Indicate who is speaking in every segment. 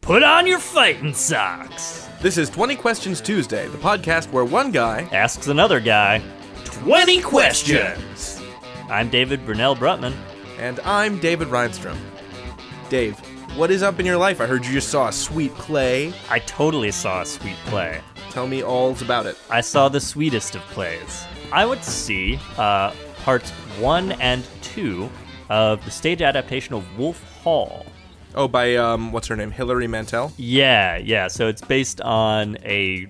Speaker 1: Put on your fighting socks.
Speaker 2: This is 20 Questions Tuesday, the podcast where one guy.
Speaker 1: Asks another guy.
Speaker 2: 20
Speaker 1: questions. I'm David Brunell Brutman.
Speaker 2: And I'm David Reinstrom. Dave, what is up in your life? I heard you just saw a sweet play.
Speaker 1: I totally saw a sweet play.
Speaker 2: Tell me all about it.
Speaker 1: I saw the sweetest of plays. I would see uh, parts one and two of the stage adaptation of Wolf Hall.
Speaker 2: Oh, by, um, what's her name? Hilary Mantel?
Speaker 1: Yeah, yeah. So it's based on a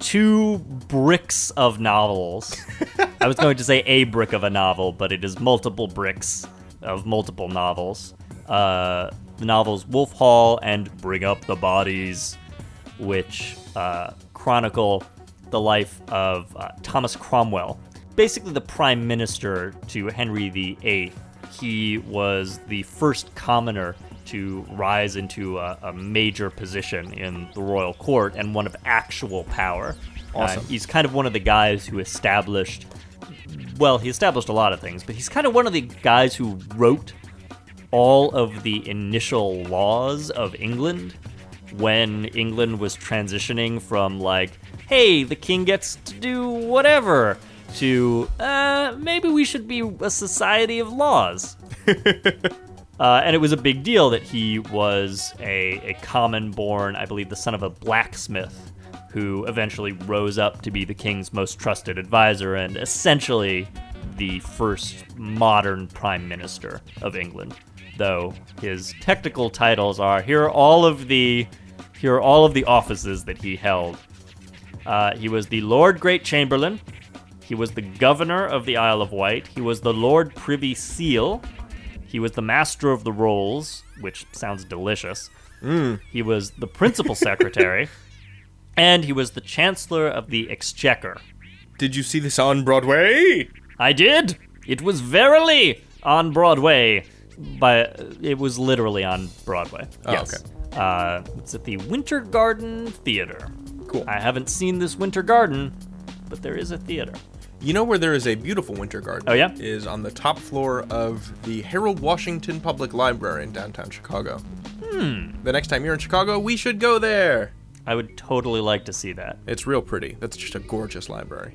Speaker 1: two bricks of novels. I was going to say a brick of a novel, but it is multiple bricks of multiple novels. Uh, the novels Wolf Hall and Bring Up the Bodies, which uh, chronicle the life of uh, Thomas Cromwell, basically the prime minister to Henry VIII. He was the first commoner to rise into a, a major position in the royal court and one of actual power.
Speaker 2: Awesome.
Speaker 1: he's kind of one of the guys who established, well, he established a lot of things, but he's kind of one of the guys who wrote all of the initial laws of England when England was transitioning from like, hey, the king gets to do whatever, to uh, maybe we should be a society of laws. Uh, and it was a big deal that he was a, a common born, I believe, the son of a blacksmith who eventually rose up to be the king's most trusted advisor and essentially the first modern prime minister of England. Though his technical titles are here are all of the here are all of the offices that he held. Uh, he was the Lord Great Chamberlain. He was the governor of the Isle of Wight. He was the Lord Privy Seal. He was the master of the rolls, which sounds delicious.
Speaker 2: Mm.
Speaker 1: He was the principal secretary, and he was the chancellor of the exchequer.
Speaker 2: Did you see this on Broadway?
Speaker 1: I did. It was verily on Broadway, but it was literally on Broadway.
Speaker 2: Oh,
Speaker 1: Okay. Uh, it's at the Winter Garden Theater.
Speaker 2: Cool.
Speaker 1: I haven't seen this Winter Garden, but there is a theater.
Speaker 2: You know where there is a beautiful winter garden?
Speaker 1: Oh, yeah?
Speaker 2: Is on the top floor of the Harold Washington Public Library in downtown Chicago. Hmm. The next time you're in Chicago, we should go there.
Speaker 1: I would totally like to see that.
Speaker 2: It's real pretty. That's just a gorgeous library.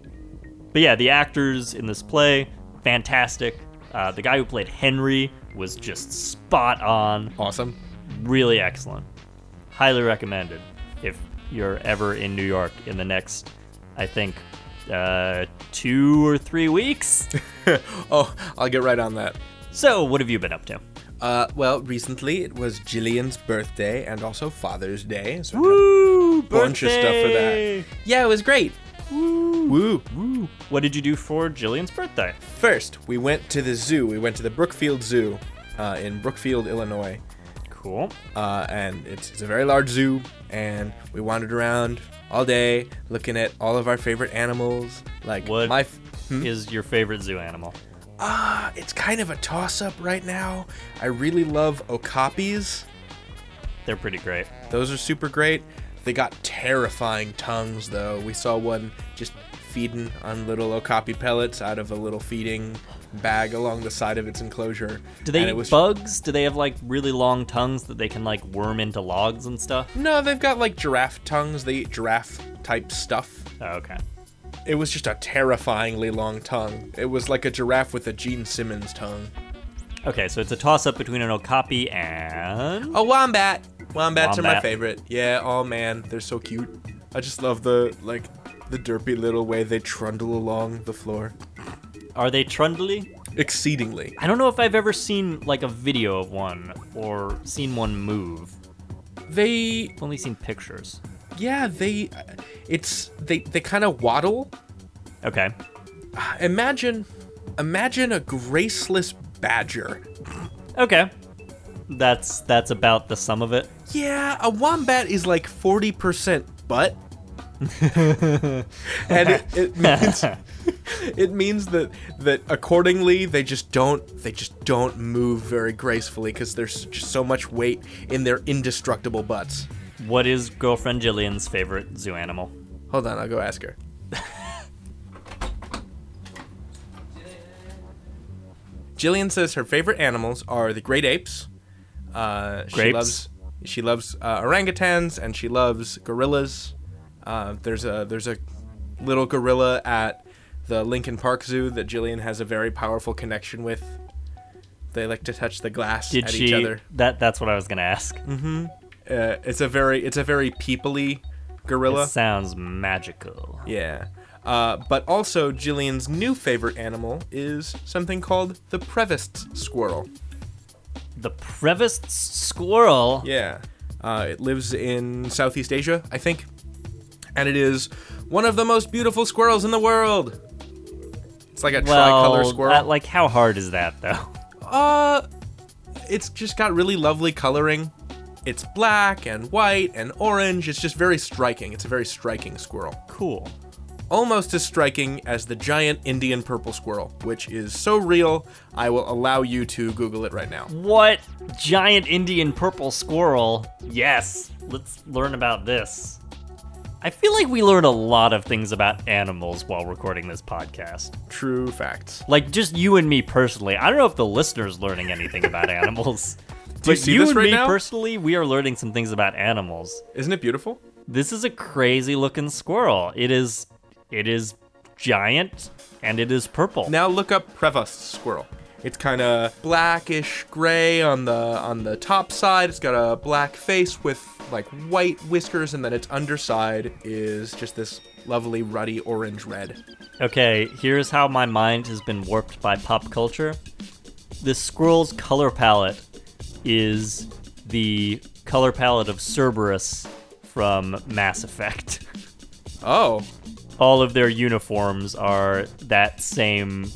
Speaker 1: But yeah, the actors in this play, fantastic. Uh, the guy who played Henry was just spot on,
Speaker 2: Awesome.
Speaker 1: really excellent. Highly recommended if you're ever in New York in the next, I think, uh, two or three weeks.
Speaker 2: Oh, I'll get right on that.
Speaker 1: so, what have you been up to?
Speaker 2: Uh, well, recently it was Jillian's birthday and also Father's Day. So I had
Speaker 1: Woo!
Speaker 2: a bunch of stuff for that. Yeah, it was great.
Speaker 1: Woo!
Speaker 2: Woo.
Speaker 1: Woo! What did you do for Jillian's birthday?
Speaker 2: First, we went to the zoo. We went to the Brookfield Zoo uh, in Brookfield, Illinois.
Speaker 1: Cool.
Speaker 2: uh, and it's, it's a very large zoo and we wandered around all day looking at all of our favorite animals like
Speaker 1: What
Speaker 2: my f-
Speaker 1: is your favorite zoo animal?
Speaker 2: ah it's kind of a toss up right now i really love okapis
Speaker 1: They're pretty great.
Speaker 2: those are super great they got terrifying tongues though we saw one just feeding on little okapi pellets out of a little feeding bag along the side of its enclosure
Speaker 1: Do they
Speaker 2: and
Speaker 1: eat
Speaker 2: it was
Speaker 1: bugs? Do they have like really long tongues that they can like worm into logs and stuff?
Speaker 2: no they've got like giraffe tongues they eat giraffe type stuff
Speaker 1: Oh, okay.
Speaker 2: It was just a terrifyingly long tongue. It was like a giraffe with a Gene Simmons tongue.
Speaker 1: Okay, so it's a toss up between an okapi and
Speaker 2: A Oh, wombat. Wombats are my
Speaker 1: Wombat.
Speaker 2: favorite. Yeah, oh man, they're so cute. I just love the like the derpy little way they trundle along the floor.
Speaker 1: are they trundly?
Speaker 2: Exceedingly.
Speaker 1: I don't know if I've ever seen like a video of one or seen one move.
Speaker 2: They
Speaker 1: I've only seen pictures.
Speaker 2: yeah, they it's they they kind of waddle.
Speaker 1: Okay.
Speaker 2: Imagine imagine a graceless badger.
Speaker 1: Okay. That's that's about the sum of it.
Speaker 2: Yeah, a wombat is like 40% butt. and it, it means it means that that accordingly they just don't they just don't move very gracefully because there's just so much weight in their indestructible butts.
Speaker 1: What is girlfriend Jillian's favorite zoo animal?
Speaker 2: Hold on, I'll go ask her. Jillian says her favorite animals are the great apes. Uh, She
Speaker 1: Grapes?
Speaker 2: loves She loves uh, orangutans and she loves gorillas. Uh, there's a there's a little gorilla at the Lincoln Park Zoo that Jillian has a very powerful connection with. They like to touch the glass
Speaker 1: Did
Speaker 2: at
Speaker 1: she?
Speaker 2: each other.
Speaker 1: That that's what I was gonna ask.
Speaker 2: Uh, it's a very it's a very peoply gorilla.
Speaker 1: It sounds magical.
Speaker 2: Yeah. Uh, but also, Jillian's new favorite animal is something called the Prevost squirrel.
Speaker 1: The Prevost squirrel.
Speaker 2: Yeah. Uh, it lives in Southeast Asia, I think. And it is one of the most beautiful squirrels in the world. It's like a tricolor
Speaker 1: well,
Speaker 2: squirrel.
Speaker 1: that- like how hard is that though?
Speaker 2: Uh, it's just got really lovely coloring. It's black and white and orange. It's just very striking. It's a very striking squirrel.
Speaker 1: Cool.
Speaker 2: almost as striking as the giant Indian purple squirrel, which is so real, I will allow you to Google it right now.
Speaker 1: What giant Indian purple squirrel? Yes, let's learn about this. I feel like we learn a lot of things about animals while recording this podcast.
Speaker 2: True facts.
Speaker 1: Like just you and me personally. I don't know if the listeners learning anything about animals.
Speaker 2: Do you
Speaker 1: but
Speaker 2: see
Speaker 1: you
Speaker 2: this
Speaker 1: and
Speaker 2: right
Speaker 1: me
Speaker 2: now?
Speaker 1: personally, we are learning some things about animals.
Speaker 2: Isn't it beautiful?
Speaker 1: This is a crazy looking squirrel. It is it is giant and it is purple.
Speaker 2: Now look up Prevost squirrel. It's kind of blackish gray on the on the top side. It's got a black face with like white whiskers and then its underside is just this lovely ruddy orange red.
Speaker 1: Okay, here's how my mind has been warped by pop culture. This squirrel's color palette is the color palette of Cerberus from Mass Effect.
Speaker 2: Oh,
Speaker 1: All of their uniforms are that same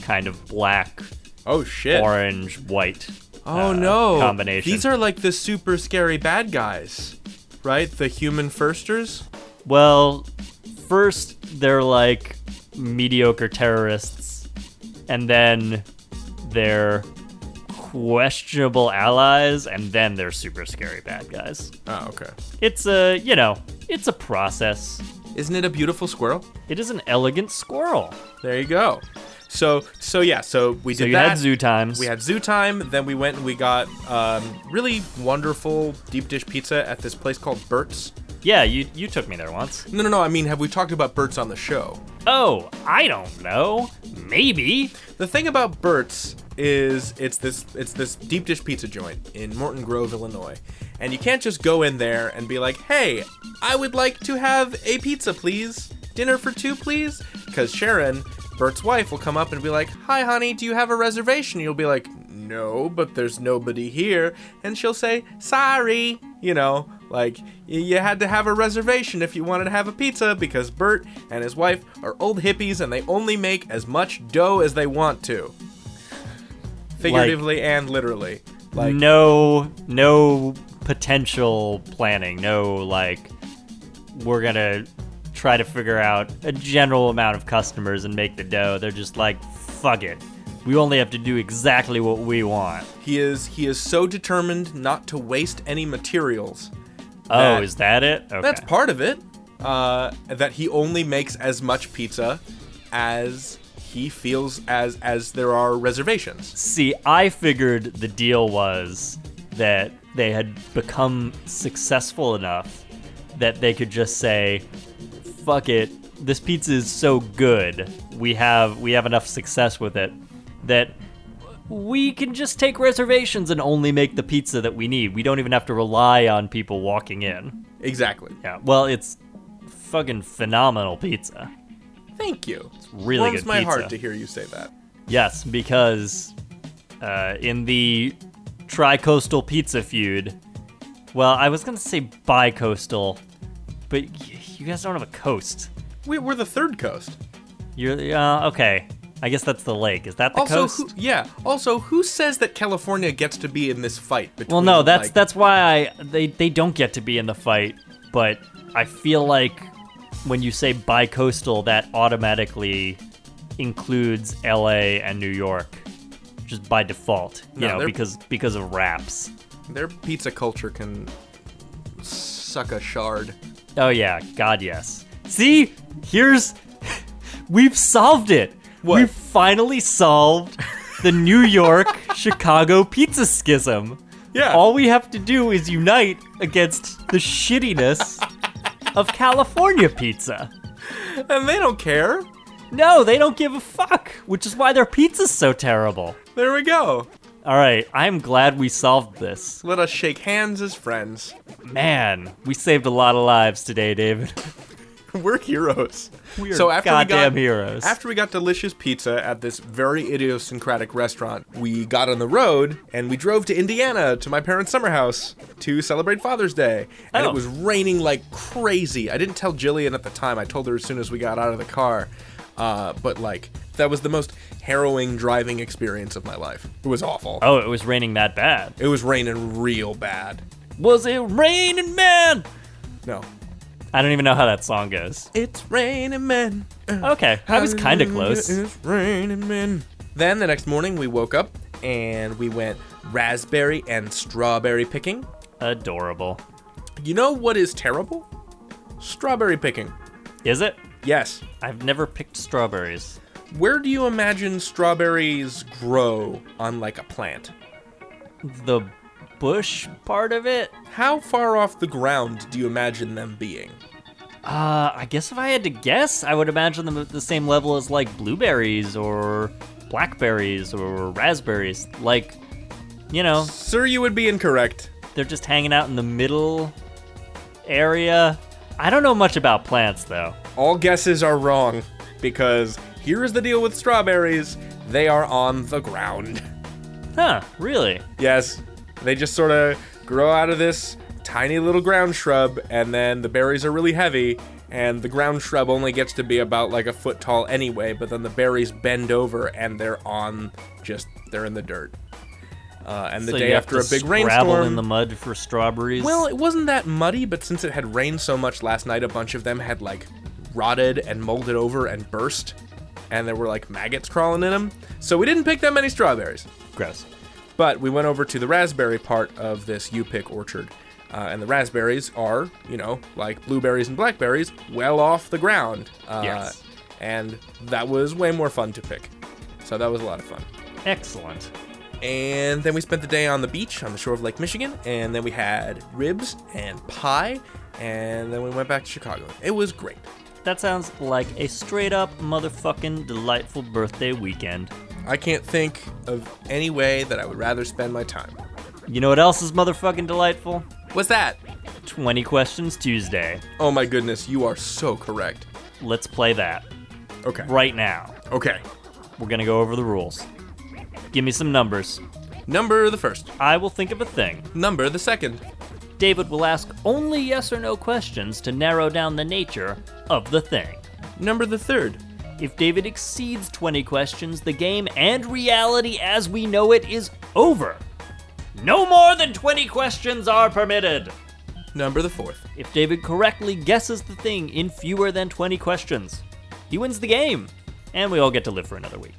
Speaker 1: kind of black,
Speaker 2: oh shit.
Speaker 1: orange, white.
Speaker 2: Oh
Speaker 1: uh,
Speaker 2: no!
Speaker 1: Combination.
Speaker 2: These are like the super scary bad guys, right? The human firsters.
Speaker 1: Well, first they're like mediocre terrorists, and then they're questionable allies, and then they're super scary bad guys.
Speaker 2: Oh, okay.
Speaker 1: It's a, you know, it's a process.
Speaker 2: Isn't it a beautiful squirrel?
Speaker 1: It is an elegant squirrel.
Speaker 2: There you go. So, so yeah. So we
Speaker 1: So
Speaker 2: did
Speaker 1: you
Speaker 2: that.
Speaker 1: had zoo times.
Speaker 2: We had zoo time. Then we went and we got um, really wonderful deep dish pizza at this place called Burt's.
Speaker 1: yeah, you you took me there once.
Speaker 2: No, no, no. I mean, have we talked about Burt's on the show?
Speaker 1: Oh, I don't know. Maybe.
Speaker 2: The thing about Burt's is it's this it's this deep dish pizza joint in Morton Grove, Illinois. And you can't just go in there and be like, "Hey, I would like to have a pizza, please. Dinner for two, please." Cuz Sharon, Bert's wife, will come up and be like, "Hi honey, do you have a reservation?" You'll be like, "No, but there's nobody here." And she'll say, "Sorry." You know, like y- you had to have a reservation if you wanted to have a pizza because Bert and his wife are old hippies and they only make as much dough as they want to. Figuratively and literally. Like
Speaker 1: no no potential planning no like we're gonna try to figure out a general amount of customers and make the dough they're just like fuck it we only have to do exactly what we want
Speaker 2: he is he is so determined not to waste any materials.
Speaker 1: oh
Speaker 2: That-
Speaker 1: is that it okay
Speaker 2: That's part of it. Uh, that he only makes as much pizza as he feels as as there are reservations.
Speaker 1: see i figured the deal was that they had become successful enough that they could just say fuck it this pizza is so good we have we have enough success with it that we can just take reservations and only make the pizza that we need we don't even have to rely on people walking in
Speaker 2: Exactly.
Speaker 1: yeah well it's fucking phenomenal pizza
Speaker 2: Thank you. It's
Speaker 1: really
Speaker 2: Warms
Speaker 1: good
Speaker 2: my
Speaker 1: pizza.
Speaker 2: heart to hear you say that.
Speaker 1: Yes, because uh, in the tri-coastal pizza feud, well, I was gonna say bi-coastal, but y- you guys don't have a coast.
Speaker 2: We, we're the third coast.
Speaker 1: You're uh, okay. I guess that's the lake. Is that the
Speaker 2: also,
Speaker 1: coast?
Speaker 2: who, yeah. Also, who says that California gets to be in this fight? Between,
Speaker 1: well, no. That's
Speaker 2: like-
Speaker 1: that's why I they they don't get to be in the fight. But I feel like when you say bi-coastal, that automatically includes L.A. and New York, just by default. You
Speaker 2: No,
Speaker 1: know,
Speaker 2: they're-
Speaker 1: because because of raps.
Speaker 2: their pizza culture can suck a shard.
Speaker 1: Oh yeah, God yes. See, here's we've solved it.
Speaker 2: What?
Speaker 1: We've finally solved the New York Chicago pizza schism.
Speaker 2: Yeah.
Speaker 1: All we have to do is unite against the shittiness of California pizza.
Speaker 2: and they don't care.
Speaker 1: No, they don't give a fuck, which is why their pizza's so terrible.
Speaker 2: There we go.
Speaker 1: All right, I'm glad we solved this.
Speaker 2: Let us shake hands as friends.
Speaker 1: Man, we saved a lot of lives today, David.
Speaker 2: We're heroes.
Speaker 1: We are goddamn heroes.
Speaker 2: After we got delicious pizza at this very idiosyncratic restaurant, we got on the road and we drove to Indiana to my parents' summer house to celebrate Father's Day. And
Speaker 1: Oh.
Speaker 2: it was raining like crazy. I didn't tell Jillian at the time. I told her as soon as we got out of the car. Uh, but like that was the most harrowing driving experience of my life. It was awful.
Speaker 1: Oh, it was raining that bad.
Speaker 2: It was raining real bad.
Speaker 1: Was it raining, man?
Speaker 2: No.
Speaker 1: I don't even know how that song goes.
Speaker 2: It's raining men.
Speaker 1: Okay, I was kind of
Speaker 2: Hallelujah,
Speaker 1: close.
Speaker 2: It's raining men. Then the next morning we woke up and we went raspberry and strawberry picking.
Speaker 1: Adorable.
Speaker 2: You know what is terrible? Strawberry picking.
Speaker 1: Is it?
Speaker 2: Yes.
Speaker 1: I've never picked strawberries.
Speaker 2: Where do you imagine strawberries grow on like a plant?
Speaker 1: The bush part of it?
Speaker 2: How far off the ground do you imagine them being?
Speaker 1: Uh, I guess if I had to guess, I would imagine them at the same level as like blueberries or blackberries or raspberries. Like, you know,
Speaker 2: Sir, you would be incorrect.
Speaker 1: they're just hanging out in the middle area. I don't know much about plants though.
Speaker 2: All guesses are wrong because here's the deal with strawberries they are on the ground.
Speaker 1: Huh, really?
Speaker 2: Yes, they just sort of grow out of this tiny little ground shrub, and then the berries are really heavy, and the ground shrub only gets to be about like a foot tall anyway, but then the berries bend over and they're on just, they're in the dirt. Uh, and the
Speaker 1: So
Speaker 2: day
Speaker 1: you have
Speaker 2: after
Speaker 1: to
Speaker 2: a big
Speaker 1: scrabble
Speaker 2: rainstorm.
Speaker 1: in the mud for strawberries.
Speaker 2: Well, it wasn't that muddy, but since it had rained so much last night, a bunch of them had like rotted and molded over and burst, and there were like maggots crawling in them. So we didn't pick that many strawberries.
Speaker 1: gross.
Speaker 2: But we went over to the raspberry part of this you pick orchard. Uh, and the raspberries are, you know, like blueberries and blackberries, well off the ground. Uh,
Speaker 1: Yes.
Speaker 2: And that was way more fun to pick. So that was a lot of fun.
Speaker 1: Excellent.
Speaker 2: And then we spent the day on the beach on the shore of Lake Michigan. And then we had ribs and pie. And then we went back to Chicago. It was great.
Speaker 1: That sounds like a straight up motherfucking delightful birthday weekend.
Speaker 2: I can't think of any way that I would rather spend my time.
Speaker 1: You know what else is motherfucking delightful?
Speaker 2: What's that?
Speaker 1: 20 Questions Tuesday.
Speaker 2: Oh my goodness, you are so correct.
Speaker 1: Let's play that
Speaker 2: Okay.
Speaker 1: right now.
Speaker 2: Okay.
Speaker 1: We're gonna go over the rules. Give me some numbers.
Speaker 2: Number the first.
Speaker 1: I will think of a thing.
Speaker 2: Number the second.
Speaker 1: David will ask only yes or no questions to narrow down the nature of the thing.
Speaker 2: Number the third.
Speaker 1: If David exceeds 20 questions, the game and reality as we know it is over. No more than 20 questions are permitted.
Speaker 2: Number the fourth.
Speaker 1: If David correctly guesses the thing in fewer than 20 questions, he wins the game, and we all get to live for another week.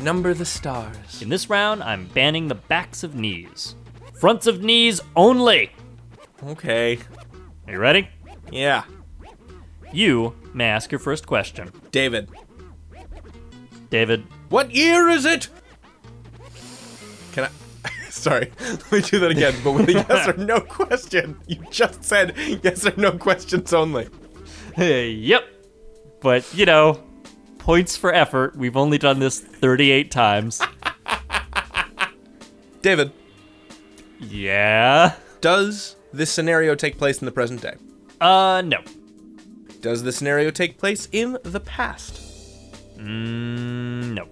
Speaker 2: Number the stars.
Speaker 1: In this round, I'm banning the backs of knees. Fronts of knees only!
Speaker 2: Okay.
Speaker 1: Are you ready?
Speaker 2: Yeah.
Speaker 1: You may ask your first question.
Speaker 2: David.
Speaker 1: David,
Speaker 2: What year is it? Can I? Sorry. Let me do that again, but with a yes or no question. You just said yes or no questions only.
Speaker 1: yep. But, you know, points for effort. We've only done this 38 times.
Speaker 2: David,
Speaker 1: yeah.
Speaker 2: does this scenario take place in the present day?
Speaker 1: Uh, no.
Speaker 2: Does the scenario take place in the past?
Speaker 1: Mm, no.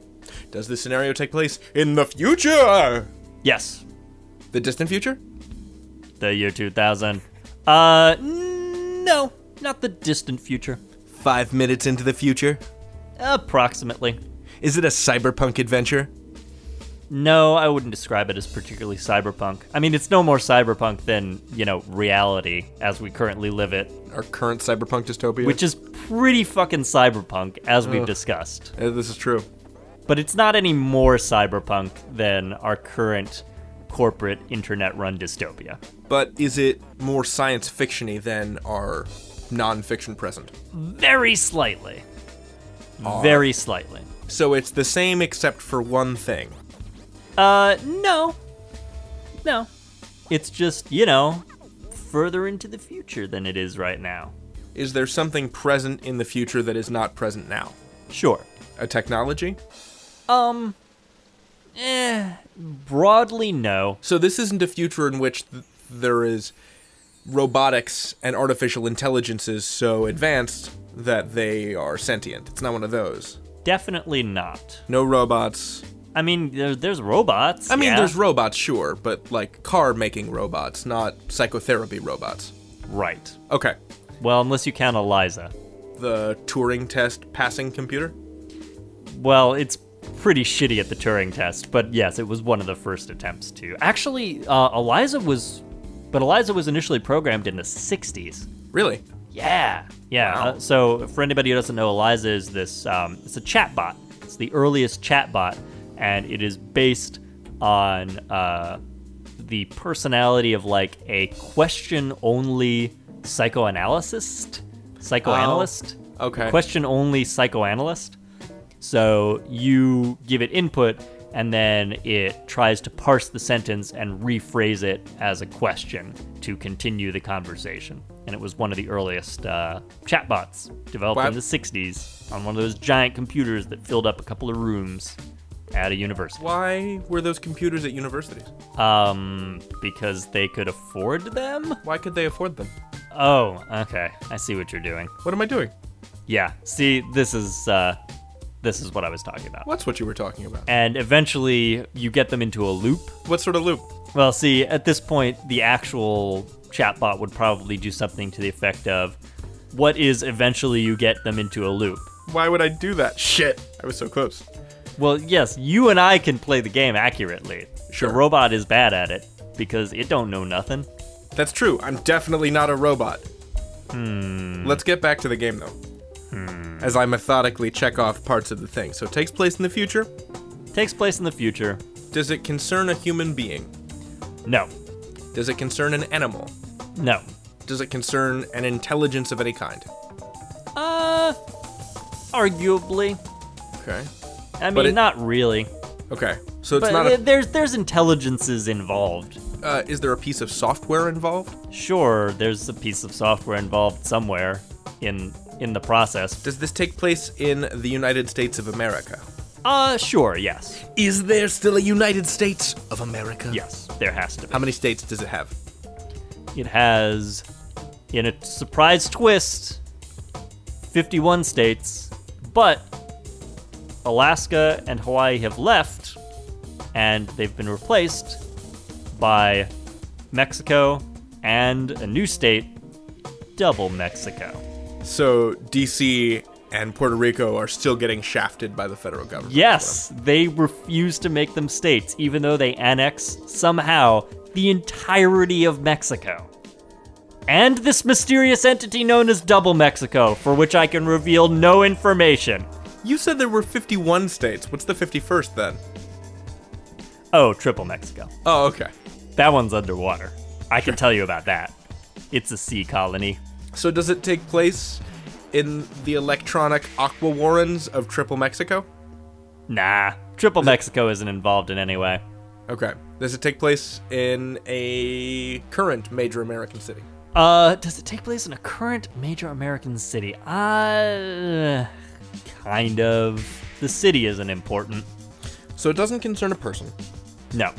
Speaker 2: Does the scenario take place in the future?
Speaker 1: Yes.
Speaker 2: The distant future?
Speaker 1: The year 2000. Uh, no. Not the distant future.
Speaker 2: Five minutes into the future?
Speaker 1: Approximately.
Speaker 2: Is it a cyberpunk adventure?
Speaker 1: No, I wouldn't describe it as particularly cyberpunk. I mean, it's no more cyberpunk than, you know, reality as we currently live it,
Speaker 2: Our current cyberpunk dystopia?
Speaker 1: which is pretty fucking cyberpunk as we've discussed.
Speaker 2: Uh, this is true.
Speaker 1: But it's not any more cyberpunk than our current corporate internet run dystopia.
Speaker 2: But is it more science fictiony than our non-fiction present?
Speaker 1: Very slightly. Very slightly.
Speaker 2: So it's the same except for one thing.
Speaker 1: Uh, no. No. It's just, you know, further into the future than it is right now.
Speaker 2: Is there something present in the future that is not present now?
Speaker 1: Sure.
Speaker 2: A technology?
Speaker 1: Um, eh, broadly, no.
Speaker 2: So this isn't a future in which th- there is robotics and artificial intelligences so advanced that they are sentient. It's not one of those.
Speaker 1: Definitely not.
Speaker 2: No robots.
Speaker 1: I mean, there, there's robots.
Speaker 2: I mean,
Speaker 1: yeah.
Speaker 2: there's robots, sure, but like car making robots, not psychotherapy robots.
Speaker 1: Right.
Speaker 2: Okay.
Speaker 1: Well, unless you count Eliza.
Speaker 2: The Turing test passing computer?
Speaker 1: Well, it's pretty shitty at the Turing test, but yes, it was one of the first attempts to. Actually, uh, Eliza was. But Eliza was initially programmed in the 60s.
Speaker 2: Really?
Speaker 1: Yeah. Yeah.
Speaker 2: Wow.
Speaker 1: uh, so for anybody who doesn't know, Eliza is this. Um, it's a chatbot. It's the earliest chatbot, and it is based on uh, the personality of like a question-only psychoanalyst, psychoanalyst,
Speaker 2: Okay.
Speaker 1: question-only psychoanalyst. So you give it input, and then it tries to parse the sentence and rephrase it as a question to continue the conversation. And it was one of the earliest uh, chatbots developed
Speaker 2: Wow.
Speaker 1: in the 60s on one of those giant computers that filled up a couple of rooms at a university.
Speaker 2: Why were those computers at universities?
Speaker 1: Um, because they could afford them?
Speaker 2: Why could they afford them?
Speaker 1: Oh, okay. I see what you're doing.
Speaker 2: What am I doing?
Speaker 1: Yeah. See, this is uh, this is what I was talking about.
Speaker 2: What's what you were talking about?
Speaker 1: and eventually you get them into a loop.
Speaker 2: What sort of loop?
Speaker 1: Well, see, at this point, the actual chatbot would probably do something to the effect of, "What is eventually you get them into a loop?"
Speaker 2: Why would I do that? Shit. I was so close.
Speaker 1: Well, yes, you and I can play the game accurately.
Speaker 2: Sure.
Speaker 1: The robot is bad at it because it don't know nothing.
Speaker 2: That's true. I'm definitely not a robot. Hmm. Let's get back to the game, though. As I methodically check off parts of the thing. So it takes place in the future.
Speaker 1: Takes place in the future.
Speaker 2: Does it concern a human being?
Speaker 1: No,
Speaker 2: Does it concern an animal?
Speaker 1: no.
Speaker 2: Does it concern an intelligence of any kind?
Speaker 1: Uh, arguably.
Speaker 2: Okay.
Speaker 1: I mean,
Speaker 2: But it-
Speaker 1: not really.
Speaker 2: Okay. So it's
Speaker 1: But
Speaker 2: not
Speaker 1: th-
Speaker 2: a.
Speaker 1: there's there's intelligences involved.
Speaker 2: Uh, is there a piece of software involved?
Speaker 1: Sure, there's a piece of software involved somewhere in in the process.
Speaker 2: Does this take place in the United States of America?
Speaker 1: Uh, sure, yes.
Speaker 2: Is there still a United States of America?
Speaker 1: Yes, there has to be.
Speaker 2: How many states does it have?
Speaker 1: It has, in a surprise twist, 51 states, but Alaska and Hawaii have left, and they've been replaced by Mexico and a new state, double Mexico.
Speaker 2: So DC and Puerto Rico are still getting shafted by the federal government.
Speaker 1: Yes, they refuse to make them states, even though they annex somehow the entirety of Mexico. And this mysterious entity known as Double Mexico, for which I can reveal no information.
Speaker 2: You said there were 51 states. What's the 51st then?
Speaker 1: Oh, Triple Mexico.
Speaker 2: Oh, okay.
Speaker 1: That one's underwater. I can tell you about that. It's a sea colony.
Speaker 2: So does it take place in the electronic aqua warrens of Triple Mexico?
Speaker 1: Nah, Triple Mexico isn't involved in any way.
Speaker 2: Okay. Does it take place in a current major American city?
Speaker 1: Uh, does it take place in a current major American city? Uh, kind of. The city isn't important.
Speaker 2: So it doesn't concern a person
Speaker 1: No.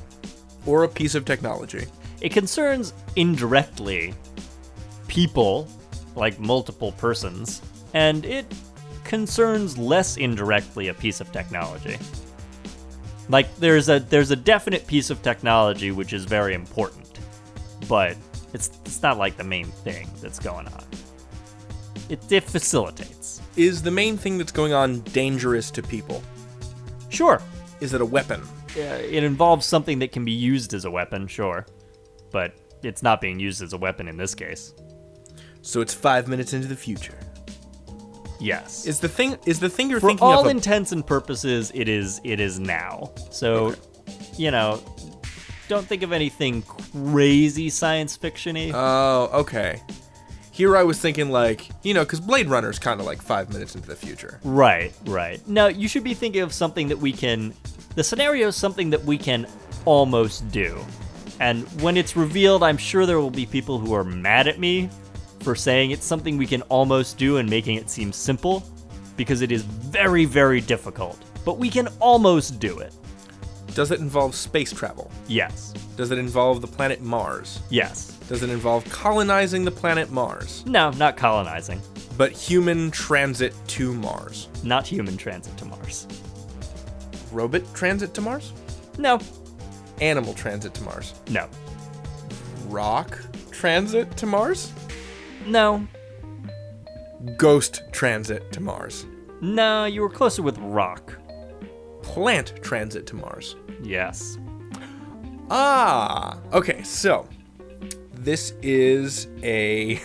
Speaker 2: or a piece of technology.
Speaker 1: It concerns indirectly people, like multiple persons, and it concerns less indirectly a piece of technology. Like there's a there's a definite piece of technology which is very important, but it's it's not like the main thing that's going on. It it facilitates.
Speaker 2: Is the main thing that's going on dangerous to people?
Speaker 1: Sure.
Speaker 2: Is it a weapon?
Speaker 1: uh, It involves something that can be used as a weapon, sure, but it's not being used as a weapon in this case.
Speaker 2: So it's five minutes into the future.
Speaker 1: Yes.
Speaker 2: Is the thing is the thing you're
Speaker 1: for
Speaker 2: thinking
Speaker 1: all
Speaker 2: of a-
Speaker 1: intents and purposes it is it is now so you know don't think of anything crazy science fictiony
Speaker 2: Oh, okay. Here I was thinking like, you know, because Blade Runner's kind of like five minutes into the future.
Speaker 1: right right no you should be thinking of something that we can the scenario is something that we can almost do And when it's revealed, I'm sure there will be people who are mad at me for saying it's something we can almost do and making it seem simple, because it is very, very difficult. But we can almost do it.
Speaker 2: Does it involve space travel?
Speaker 1: Yes.
Speaker 2: Does it involve the planet Mars?
Speaker 1: Yes.
Speaker 2: Does it involve colonizing the planet Mars?
Speaker 1: No, not colonizing.
Speaker 2: But human transit to Mars?
Speaker 1: Not human transit to Mars.
Speaker 2: Robot transit to Mars?
Speaker 1: No.
Speaker 2: Animal transit to Mars?
Speaker 1: No.
Speaker 2: Rock transit to Mars?
Speaker 1: No.
Speaker 2: Ghost transit to Mars?
Speaker 1: No, you were closer with rock.
Speaker 2: Plant transit to Mars?
Speaker 1: Yes.
Speaker 2: Ah, okay, so this is a.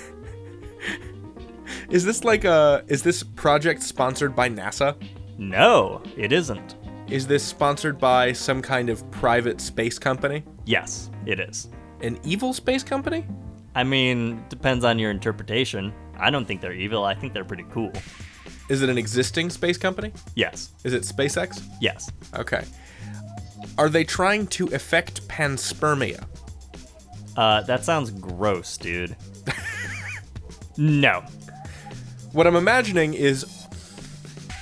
Speaker 2: is this like a. Is this project sponsored by NASA?
Speaker 1: No, it isn't.
Speaker 2: Is this sponsored by some kind of private space company?
Speaker 1: Yes, it is.
Speaker 2: An evil space company?
Speaker 1: I mean, depends on your interpretation. I don't think they're evil. I think they're pretty cool.
Speaker 2: Is it an existing space company?
Speaker 1: Yes.
Speaker 2: Is it SpaceX?
Speaker 1: Yes.
Speaker 2: Okay. Are they trying to effect panspermia?
Speaker 1: Uh, that sounds gross, dude. no.
Speaker 2: What I'm imagining is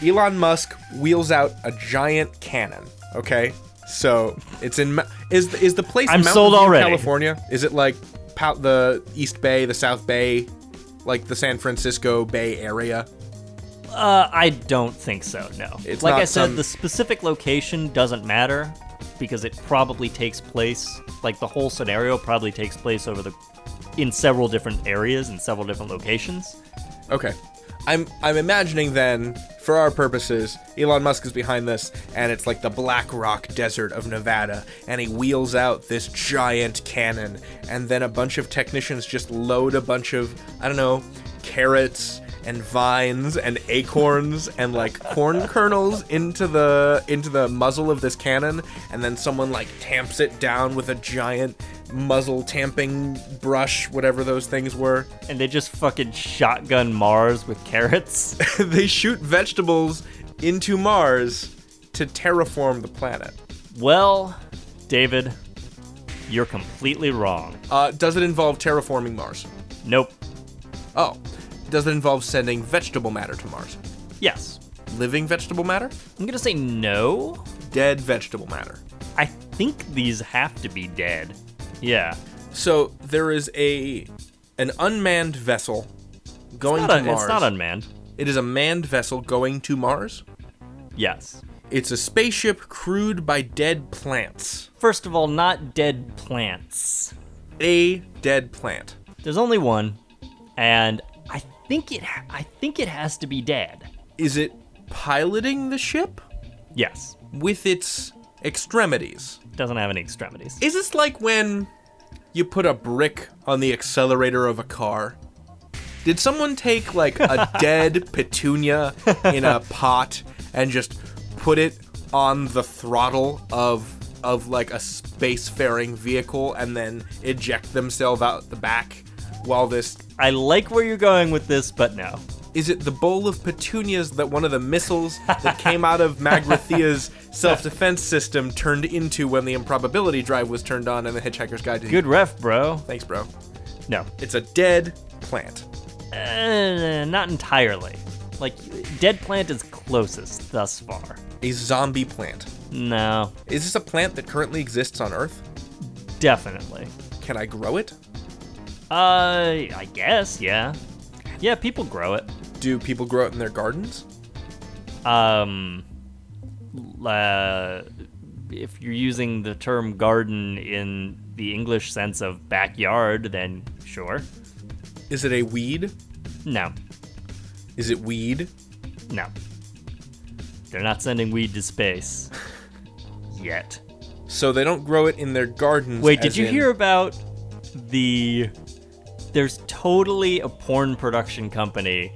Speaker 2: Elon Musk wheels out a giant cannon. Okay, so it's in Mo- is the, is the place
Speaker 1: I'm
Speaker 2: Mountain
Speaker 1: sold
Speaker 2: View,
Speaker 1: already.
Speaker 2: California? Is it like Pal- the East Bay, the South Bay, like the San Francisco Bay Area?
Speaker 1: Uh, I don't think so. No.
Speaker 2: It's
Speaker 1: like
Speaker 2: not
Speaker 1: I said,
Speaker 2: some-
Speaker 1: the specific location doesn't matter because it probably takes place. Like the whole scenario probably takes place over the in several different areas in several different locations.
Speaker 2: Okay. I'm I'm imagining then, for our purposes, Elon Musk is behind this, and it's like the Black Rock Desert of Nevada, and he wheels out this giant cannon, and then a bunch of technicians just load a bunch of I don't know carrots and vines and acorns and like corn kernels into the into the muzzle of this cannon and then someone like tamps it down with a giant muzzle tamping brush whatever those things were
Speaker 1: and they just fucking shotgun Mars with carrots.
Speaker 2: they shoot vegetables into Mars to terraform the planet.
Speaker 1: well, David, you're completely wrong.
Speaker 2: Uh, does it involve terraforming Mars?
Speaker 1: Nope.
Speaker 2: Oh. Does it involve sending vegetable matter to Mars?
Speaker 1: Yes.
Speaker 2: Living vegetable matter?
Speaker 1: I'm gonna say no.
Speaker 2: Dead vegetable matter.
Speaker 1: I think these have to be dead. Yeah.
Speaker 2: So there is a an unmanned vessel going
Speaker 1: Not
Speaker 2: to
Speaker 1: un-
Speaker 2: Mars.
Speaker 1: it's not unmanned.
Speaker 2: it is a manned vessel going to Mars.
Speaker 1: Yes.
Speaker 2: It's a spaceship crewed by dead plants.
Speaker 1: First of all, not dead plants.
Speaker 2: A dead plant.
Speaker 1: There's only one, and I think it. Ha- I think it has to be dead.
Speaker 2: Is it piloting the ship?
Speaker 1: Yes.
Speaker 2: with its extremities.
Speaker 1: Doesn't have any extremities.
Speaker 2: Is this like when you put a brick on the accelerator of a car? Did someone take like a dead petunia in a pot and just put it on the throttle of of like a spacefaring vehicle and then eject themselves out the back while this
Speaker 1: I like where you're going with this, but no.
Speaker 2: is it the bowl of petunias that one of the missiles that came out of Magrathea's self-defense system turned into when the improbability drive was turned on and the Hitchhiker's Guide to the-
Speaker 1: Good ref, bro.
Speaker 2: Thanks, bro.
Speaker 1: No.
Speaker 2: It's a dead plant.
Speaker 1: Uh, not entirely. Like, dead plant is closest thus far.
Speaker 2: A zombie plant.
Speaker 1: No,
Speaker 2: Is this a plant that currently exists on Earth?
Speaker 1: definitely.
Speaker 2: Can I grow it?
Speaker 1: Uh, I guess, yeah. Yeah, people grow it.
Speaker 2: Do people grow it in their gardens?
Speaker 1: Um, l- uh, if you're using the term garden in the English sense of backyard, then sure.
Speaker 2: Is it a weed?
Speaker 1: No,
Speaker 2: Is it weed?
Speaker 1: no. They're not sending weed to space. Yet.
Speaker 2: So they don't grow it in their gardens.
Speaker 1: Wait, did
Speaker 2: as
Speaker 1: you
Speaker 2: in-
Speaker 1: hear about the? There's totally a porn production company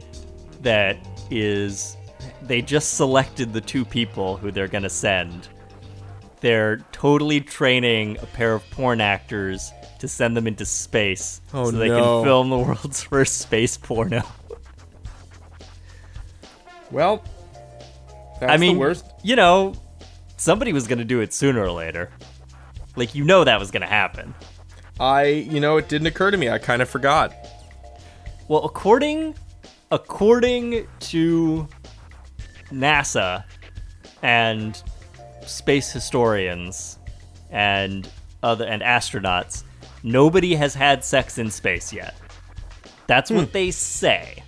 Speaker 1: that is. They just selected the two people who they're gonna send. They're totally training a pair of porn actors to send them into space
Speaker 2: Oh,
Speaker 1: so they
Speaker 2: no.
Speaker 1: can film the world's first space porno.
Speaker 2: Well, that's
Speaker 1: I mean,
Speaker 2: the worst.
Speaker 1: you know, somebody was gonna do it sooner or later. Like you know that was gonna happen.
Speaker 2: I, you know, it didn't occur to me. I kind of forgot.
Speaker 1: Well, according according to NASA and space historians and other and astronauts, nobody has had sex in space yet. That's what they say.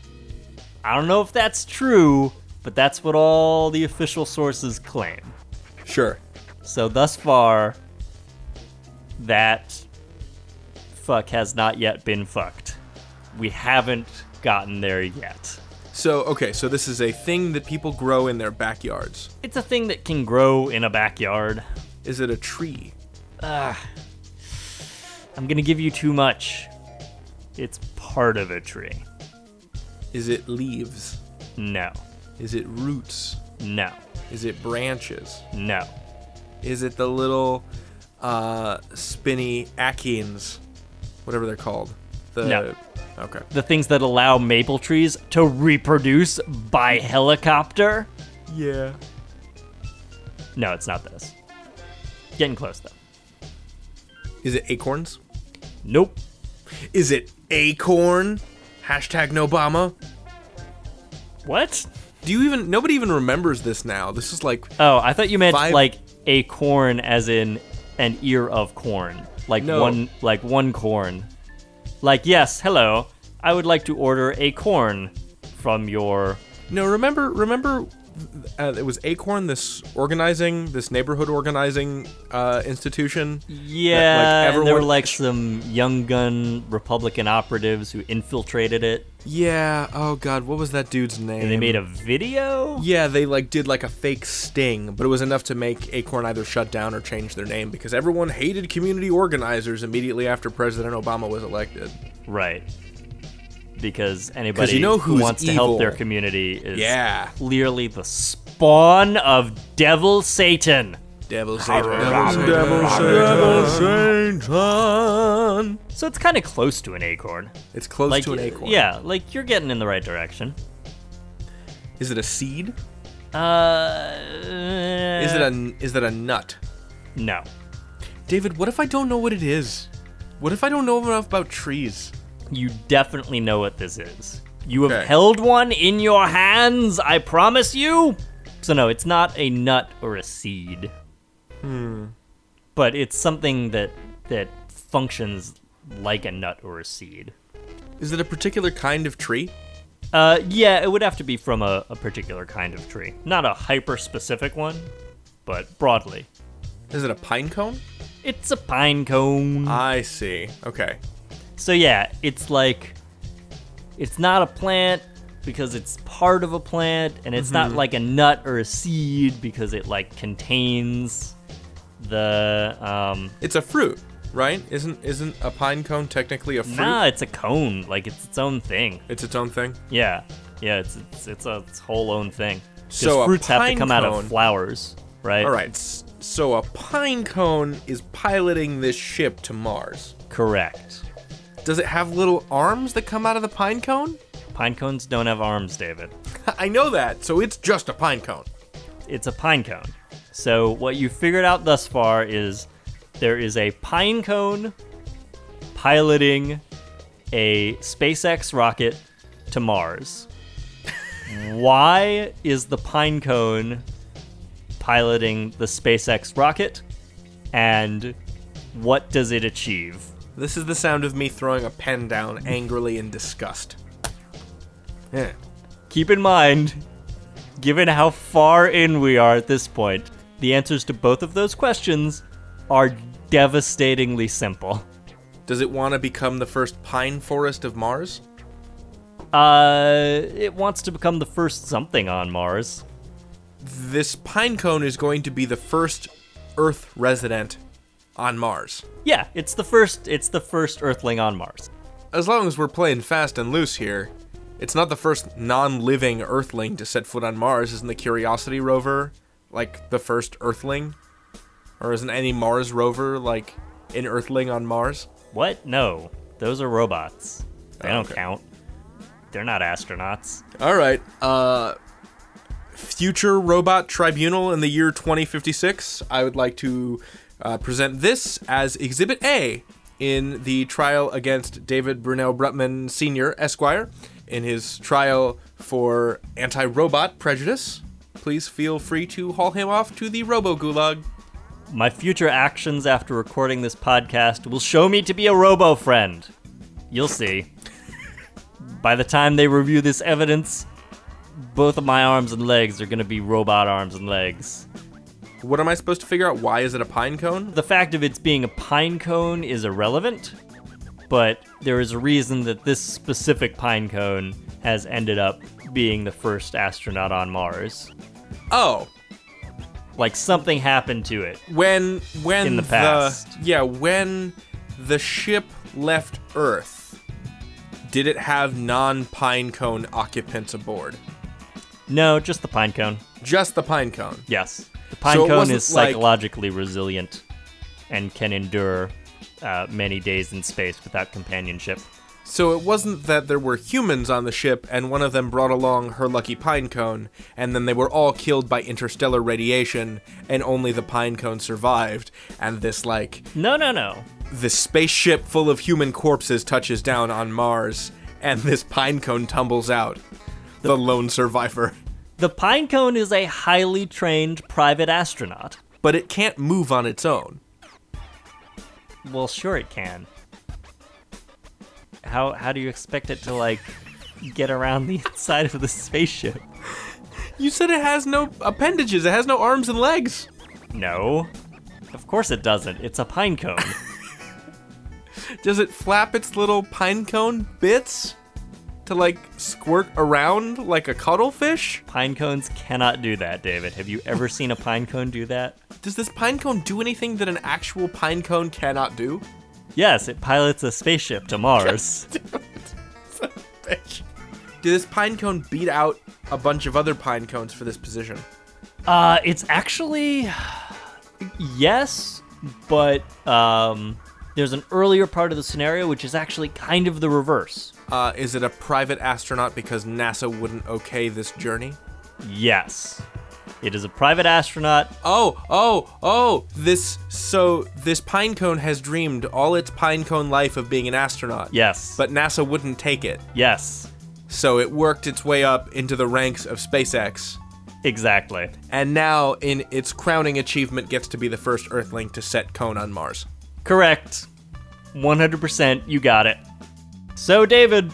Speaker 1: I don't know if that's true, but that's what all the official sources claim.
Speaker 2: Sure.
Speaker 1: So thus far, that fuck has not yet been fucked. We haven't gotten there yet.
Speaker 2: So, okay, so this is a thing that people grow in their backyards.
Speaker 1: It's a thing that can grow in a backyard.
Speaker 2: Is it a tree?
Speaker 1: I'm gonna give you too much. It's part of a tree.
Speaker 2: Is it leaves?
Speaker 1: No,
Speaker 2: Is it roots?
Speaker 1: no,
Speaker 2: Is it branches?
Speaker 1: no,
Speaker 2: Is it the little uh, spinny achenes, whatever they're called? The,
Speaker 1: No.
Speaker 2: Okay.
Speaker 1: the things that allow maple trees to reproduce by helicopter?
Speaker 2: Yeah.
Speaker 1: No, it's not this. Getting close though.
Speaker 2: Is it acorns?
Speaker 1: Nope.
Speaker 2: Is it acorn? Hashtag Obama.
Speaker 1: What?
Speaker 2: Do you even? Nobody even remembers this now. This is like
Speaker 1: Oh, I thought you meant
Speaker 2: Five-
Speaker 1: like a corn as in an ear of corn. Like
Speaker 2: No.
Speaker 1: one like one corn. Like yes, hello. I would like to order a corn from your
Speaker 2: No, remember, remember, uh, it was Acorn, this organizing, this neighborhood organizing uh, institution.
Speaker 1: Yeah, and there were
Speaker 2: everyone-
Speaker 1: like some young gun Republican operatives who infiltrated it,
Speaker 2: Yeah. Oh God, what was that dude's name?
Speaker 1: and they made a video.
Speaker 2: Yeah, they like did like a fake sting, but it was enough to make Acorn either shut down or change their name because everyone hated community organizers immediately after President Obama was elected.
Speaker 1: Right. Because anybody
Speaker 2: know
Speaker 1: who
Speaker 2: who's
Speaker 1: wants to help their
Speaker 2: evil.
Speaker 1: community is
Speaker 2: Yeah.
Speaker 1: clearly the spawn of Devil Satan.
Speaker 2: Devil Satan. Devil Satan. Devil Satan.
Speaker 1: So it's kind of close to an acorn.
Speaker 2: It's close
Speaker 1: Like
Speaker 2: to an acorn.
Speaker 1: Yeah, like you're getting in the right direction.
Speaker 2: Is it a seed?
Speaker 1: Uh
Speaker 2: Is it a is it a nut?
Speaker 1: No.
Speaker 2: David, what if I don't know what it is? What if I don't know enough about trees?
Speaker 1: You definitely know what this is. You have
Speaker 2: Okay.
Speaker 1: held one in your hands, I promise you. So no, it's not a nut or a seed. Hmm. But it's something that that functions like a nut or a seed.
Speaker 2: Is it a particular kind of tree?
Speaker 1: Uh, yeah, it would have to be from a, a particular kind of tree, not a hyper specific one, but broadly,
Speaker 2: Is it a pine cone?
Speaker 1: it's a pine cone.
Speaker 2: I see. Okay.
Speaker 1: So yeah, it's like it's not a plant because it's part of a plant and it's
Speaker 2: Mm-hmm.
Speaker 1: not like a nut or a seed because it like contains the um
Speaker 2: It's a fruit, right? Isn't isn't a pine cone technically a fruit?
Speaker 1: nah, it's a cone, like it's its own thing.
Speaker 2: It's its own thing.
Speaker 1: Yeah. Yeah, it's it's, it's a its whole own thing. 'Cause
Speaker 2: So a
Speaker 1: fruits have to
Speaker 2: pine
Speaker 1: come out
Speaker 2: cone-
Speaker 1: of flowers, right?
Speaker 2: All right. s- So a pine cone is piloting this ship to Mars.
Speaker 1: Correct.
Speaker 2: Does it have little arms that come out of the pine cone?
Speaker 1: Pine cones don't have arms, David.
Speaker 2: I know that. So it's just a pine cone.
Speaker 1: it's a pine cone. So what you figured out thus far is there is a pine cone piloting a SpaceX rocket to Mars. Why is the pine cone piloting the SpaceX rocket? And what does it achieve?
Speaker 2: This is the sound of me throwing a pen down angrily in disgust. Yeah.
Speaker 1: keep in mind, given how far in we are at this point, the answers to both of those questions are devastatingly simple.
Speaker 2: Does it want to become the first pine forest of Mars?
Speaker 1: Uh, it wants to become the first something on Mars.
Speaker 2: This pine cone is going to be the first Earth resident on Mars.
Speaker 1: Yeah, it's the first. It's the first Earthling on Mars.
Speaker 2: As long as we're playing fast and loose here, it's not the first non living Earthling to set foot on Mars. Isn't the Curiosity rover like the first Earthling? Or isn't any Mars rover like an Earthling on Mars?
Speaker 1: What? No, those are robots. They
Speaker 2: Oh,
Speaker 1: don't
Speaker 2: okay.
Speaker 1: count. They're not astronauts.
Speaker 2: All right. Uh, future robot tribunal in the year 2056. I would like to uh, present this as Exhibit A in the trial against David Brunel Brutman Sr., Esquire, in his trial for anti robot prejudice. Please feel free to haul him off to the Robo Gulag.
Speaker 1: My future actions after recording this podcast will show me to be a robo friend. You'll see. By the time they review this evidence, both of my arms and legs are going to be robot arms and legs.
Speaker 2: What am I supposed to figure out? Why is it a pine cone?
Speaker 1: The fact of its being a pine cone is irrelevant, but there is a reason that this specific pine cone has ended up being the first astronaut on Mars.
Speaker 2: Oh,
Speaker 1: Like something happened to it.
Speaker 2: when when
Speaker 1: In the past.
Speaker 2: yeah, when the ship left Earth, did it have non-pine cone occupants aboard?
Speaker 1: No, just the pine cone.
Speaker 2: Just the pine cone.
Speaker 1: Yes. The pine
Speaker 2: So it
Speaker 1: cone
Speaker 2: wasn't
Speaker 1: is
Speaker 2: like-
Speaker 1: psychologically resilient and can endure uh, many days in space without companionship.
Speaker 2: So it wasn't that there were humans on the ship and one of them brought along her lucky pine cone, and then they were all killed by interstellar radiation, and only the pine cone survived, and this like
Speaker 1: No, no, no.
Speaker 2: the spaceship full of human corpses touches down on Mars, and this pine cone tumbles out. The lone survivor.
Speaker 1: The pine cone is a highly trained private astronaut.
Speaker 2: But it can't move on its own.
Speaker 1: Well, sure it can. How how do you expect it to like get around the inside of the spaceship?
Speaker 2: You said it has no appendages, it has no arms and legs.
Speaker 1: No. Of course it doesn't. It's a pine cone.
Speaker 2: Does it flap its little pine cone bits to like squirt around like a cuttlefish?
Speaker 1: pine cones cannot do that, David. Have you ever seen a pine cone do that?
Speaker 2: Does this pine cone do anything that an actual pine cone cannot do?
Speaker 1: Yes, it pilots a spaceship to Mars.
Speaker 2: Bitch. Did this pine cone beat out a bunch of other pine cones for this position?
Speaker 1: Uh, it's actually yes, but um, there's an earlier part of the scenario which is actually kind of the reverse.
Speaker 2: Uh, is it a private astronaut because NASA wouldn't okay this journey?
Speaker 1: Yes, it is a private astronaut.
Speaker 2: Oh, oh, oh! This so this pinecone has dreamed all its pinecone life of being an astronaut.
Speaker 1: Yes,
Speaker 2: But NASA wouldn't take it,
Speaker 1: yes,
Speaker 2: so it worked its way up into the ranks of SpaceX,
Speaker 1: exactly.
Speaker 2: and now in its crowning achievement gets to be the first Earthling to set cone on Mars.
Speaker 1: Correct. 100%. You got it. So, David,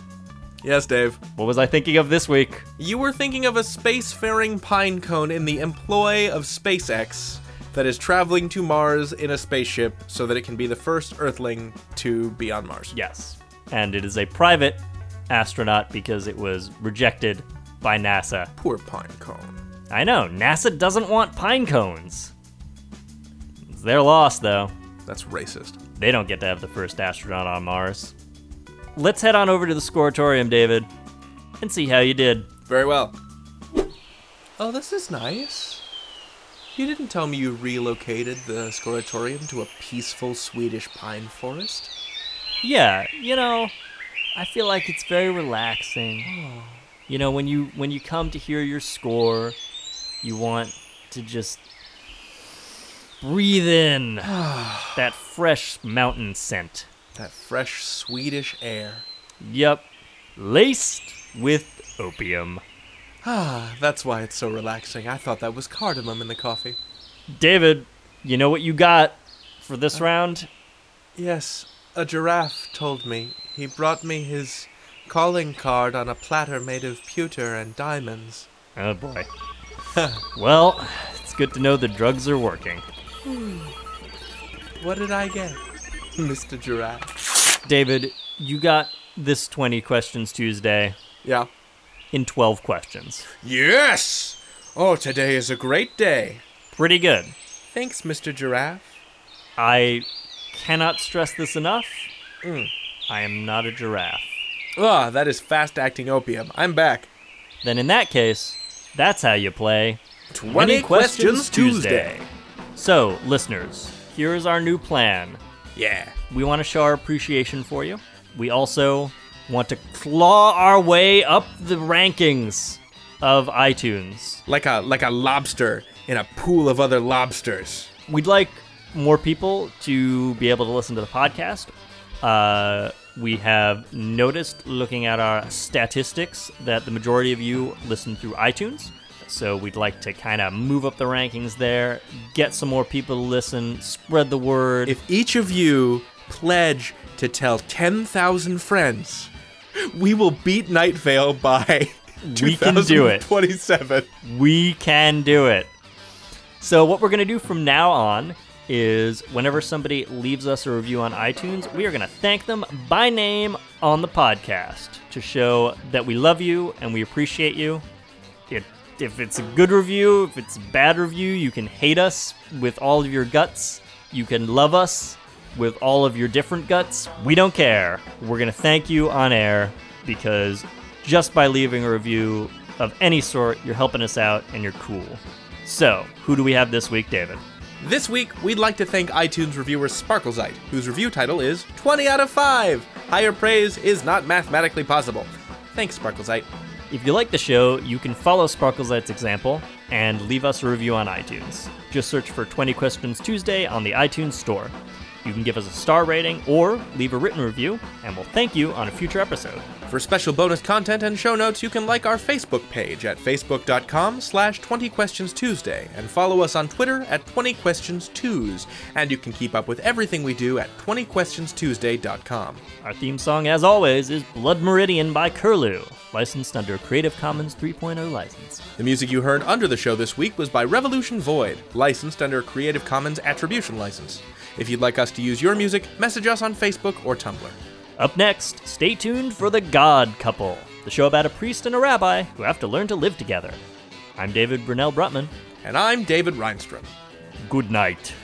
Speaker 2: Yes, Dave.
Speaker 1: what was I thinking of this week?
Speaker 2: You were thinking of a spacefaring pinecone in the employ of SpaceX that is traveling to Mars in a spaceship so that it can be the first Earthling to be on Mars.
Speaker 1: Yes. And it is a private astronaut because it was rejected by NASA.
Speaker 2: Poor pinecone.
Speaker 1: I know, NASA doesn't want pine cones. It's their loss, though.
Speaker 2: That's racist.
Speaker 1: They don't get to have the first astronaut on Mars. Let's head on over to the Scoratorium, David, and see how you did.
Speaker 2: Very well. Oh, this is nice. You didn't tell me you relocated the Scoratorium to a peaceful Swedish pine forest.
Speaker 1: Yeah, you know, I feel like it's very relaxing. You know, when you when you come to hear your score, you want to just breathe in that fresh mountain scent.
Speaker 2: That fresh Swedish air.
Speaker 1: Yep. Laced with opium.
Speaker 2: Ah, that's why it's so relaxing. I thought that was cardamom in the coffee.
Speaker 1: David, you know what you got for this round?
Speaker 2: Yes, a giraffe told me. He brought me his calling card on a platter made of pewter and diamonds.
Speaker 1: Oh boy. well, it's good to know the drugs are working.
Speaker 2: What did I get? Mr. Giraffe.
Speaker 1: David, you got this 20 questions Tuesday
Speaker 2: Yeah.
Speaker 1: in 12 questions.
Speaker 2: Yes! Oh, today is a great day.
Speaker 1: Pretty good.
Speaker 2: Thanks, Mr. Giraffe.
Speaker 1: I cannot stress this enough.
Speaker 2: Mm.
Speaker 1: I am not a giraffe.
Speaker 2: Ah, that is fast acting opium. I'm back.
Speaker 1: Then, in that case, that's how you play
Speaker 2: 20 Questions Tuesday.
Speaker 1: So, listeners, here is our new plan.
Speaker 2: Yeah.
Speaker 1: We want to show our appreciation for you. We also want to claw our way up the rankings of iTunes.
Speaker 2: Like a like a lobster in a pool of other lobsters.
Speaker 1: We'd like more people to be able to listen to the podcast. Uh, we have noticed, looking at our statistics, that the majority of you listen through iTunes. So we'd like to kind of move up the rankings there, get some more people to listen, spread the word.
Speaker 2: If each of you pledge to tell 10,000 friends, we will beat Night Vale by
Speaker 1: We can do it.
Speaker 2: 2027.
Speaker 1: We can do it. So, what we're going to do from now on is whenever somebody leaves us a review on iTunes, we are going to thank them by name on the podcast to show that we love you and we appreciate you. It, if it's a good review, if it's a bad review, you can hate us with all of your guts. You can love us with all of your different guts. We don't care. We're going to thank you on air because just by leaving a review of any sort, you're helping us out and you're cool. So, who do we have this week, David?
Speaker 2: This week, we'd like to thank iTunes reviewer Sparklezite, whose review title is 20 out of 5. Higher praise is not mathematically possible. Thanks, Sparklezite.
Speaker 1: If you like the show, you can follow Sparklesight's example and leave us a review on iTunes. Just search for 20 Questions Tuesday on the iTunes Store. You can give us a star rating or leave a written review, and we'll thank you on a future episode.
Speaker 2: For special bonus content and show notes, you can like our Facebook page at facebook.com slash 20questionstuesday and follow us on Twitter at 20questions2s. And you can keep up with everything we do at 20questionstuesday.com.
Speaker 1: Our theme song, as always, is Blood Meridian by Curlew, licensed under a Creative Commons 3.0 license.
Speaker 2: The music you heard under the show this week was by Revolution Void, licensed under a Creative Commons Attribution License. If you'd like us to use your music, message us on Facebook or Tumblr.
Speaker 1: Up next, stay tuned for The God Couple, the show about a priest and a rabbi who have to learn to live together. I'm David Brunel Brutman.
Speaker 2: And I'm David Reinstrom.
Speaker 1: Good night.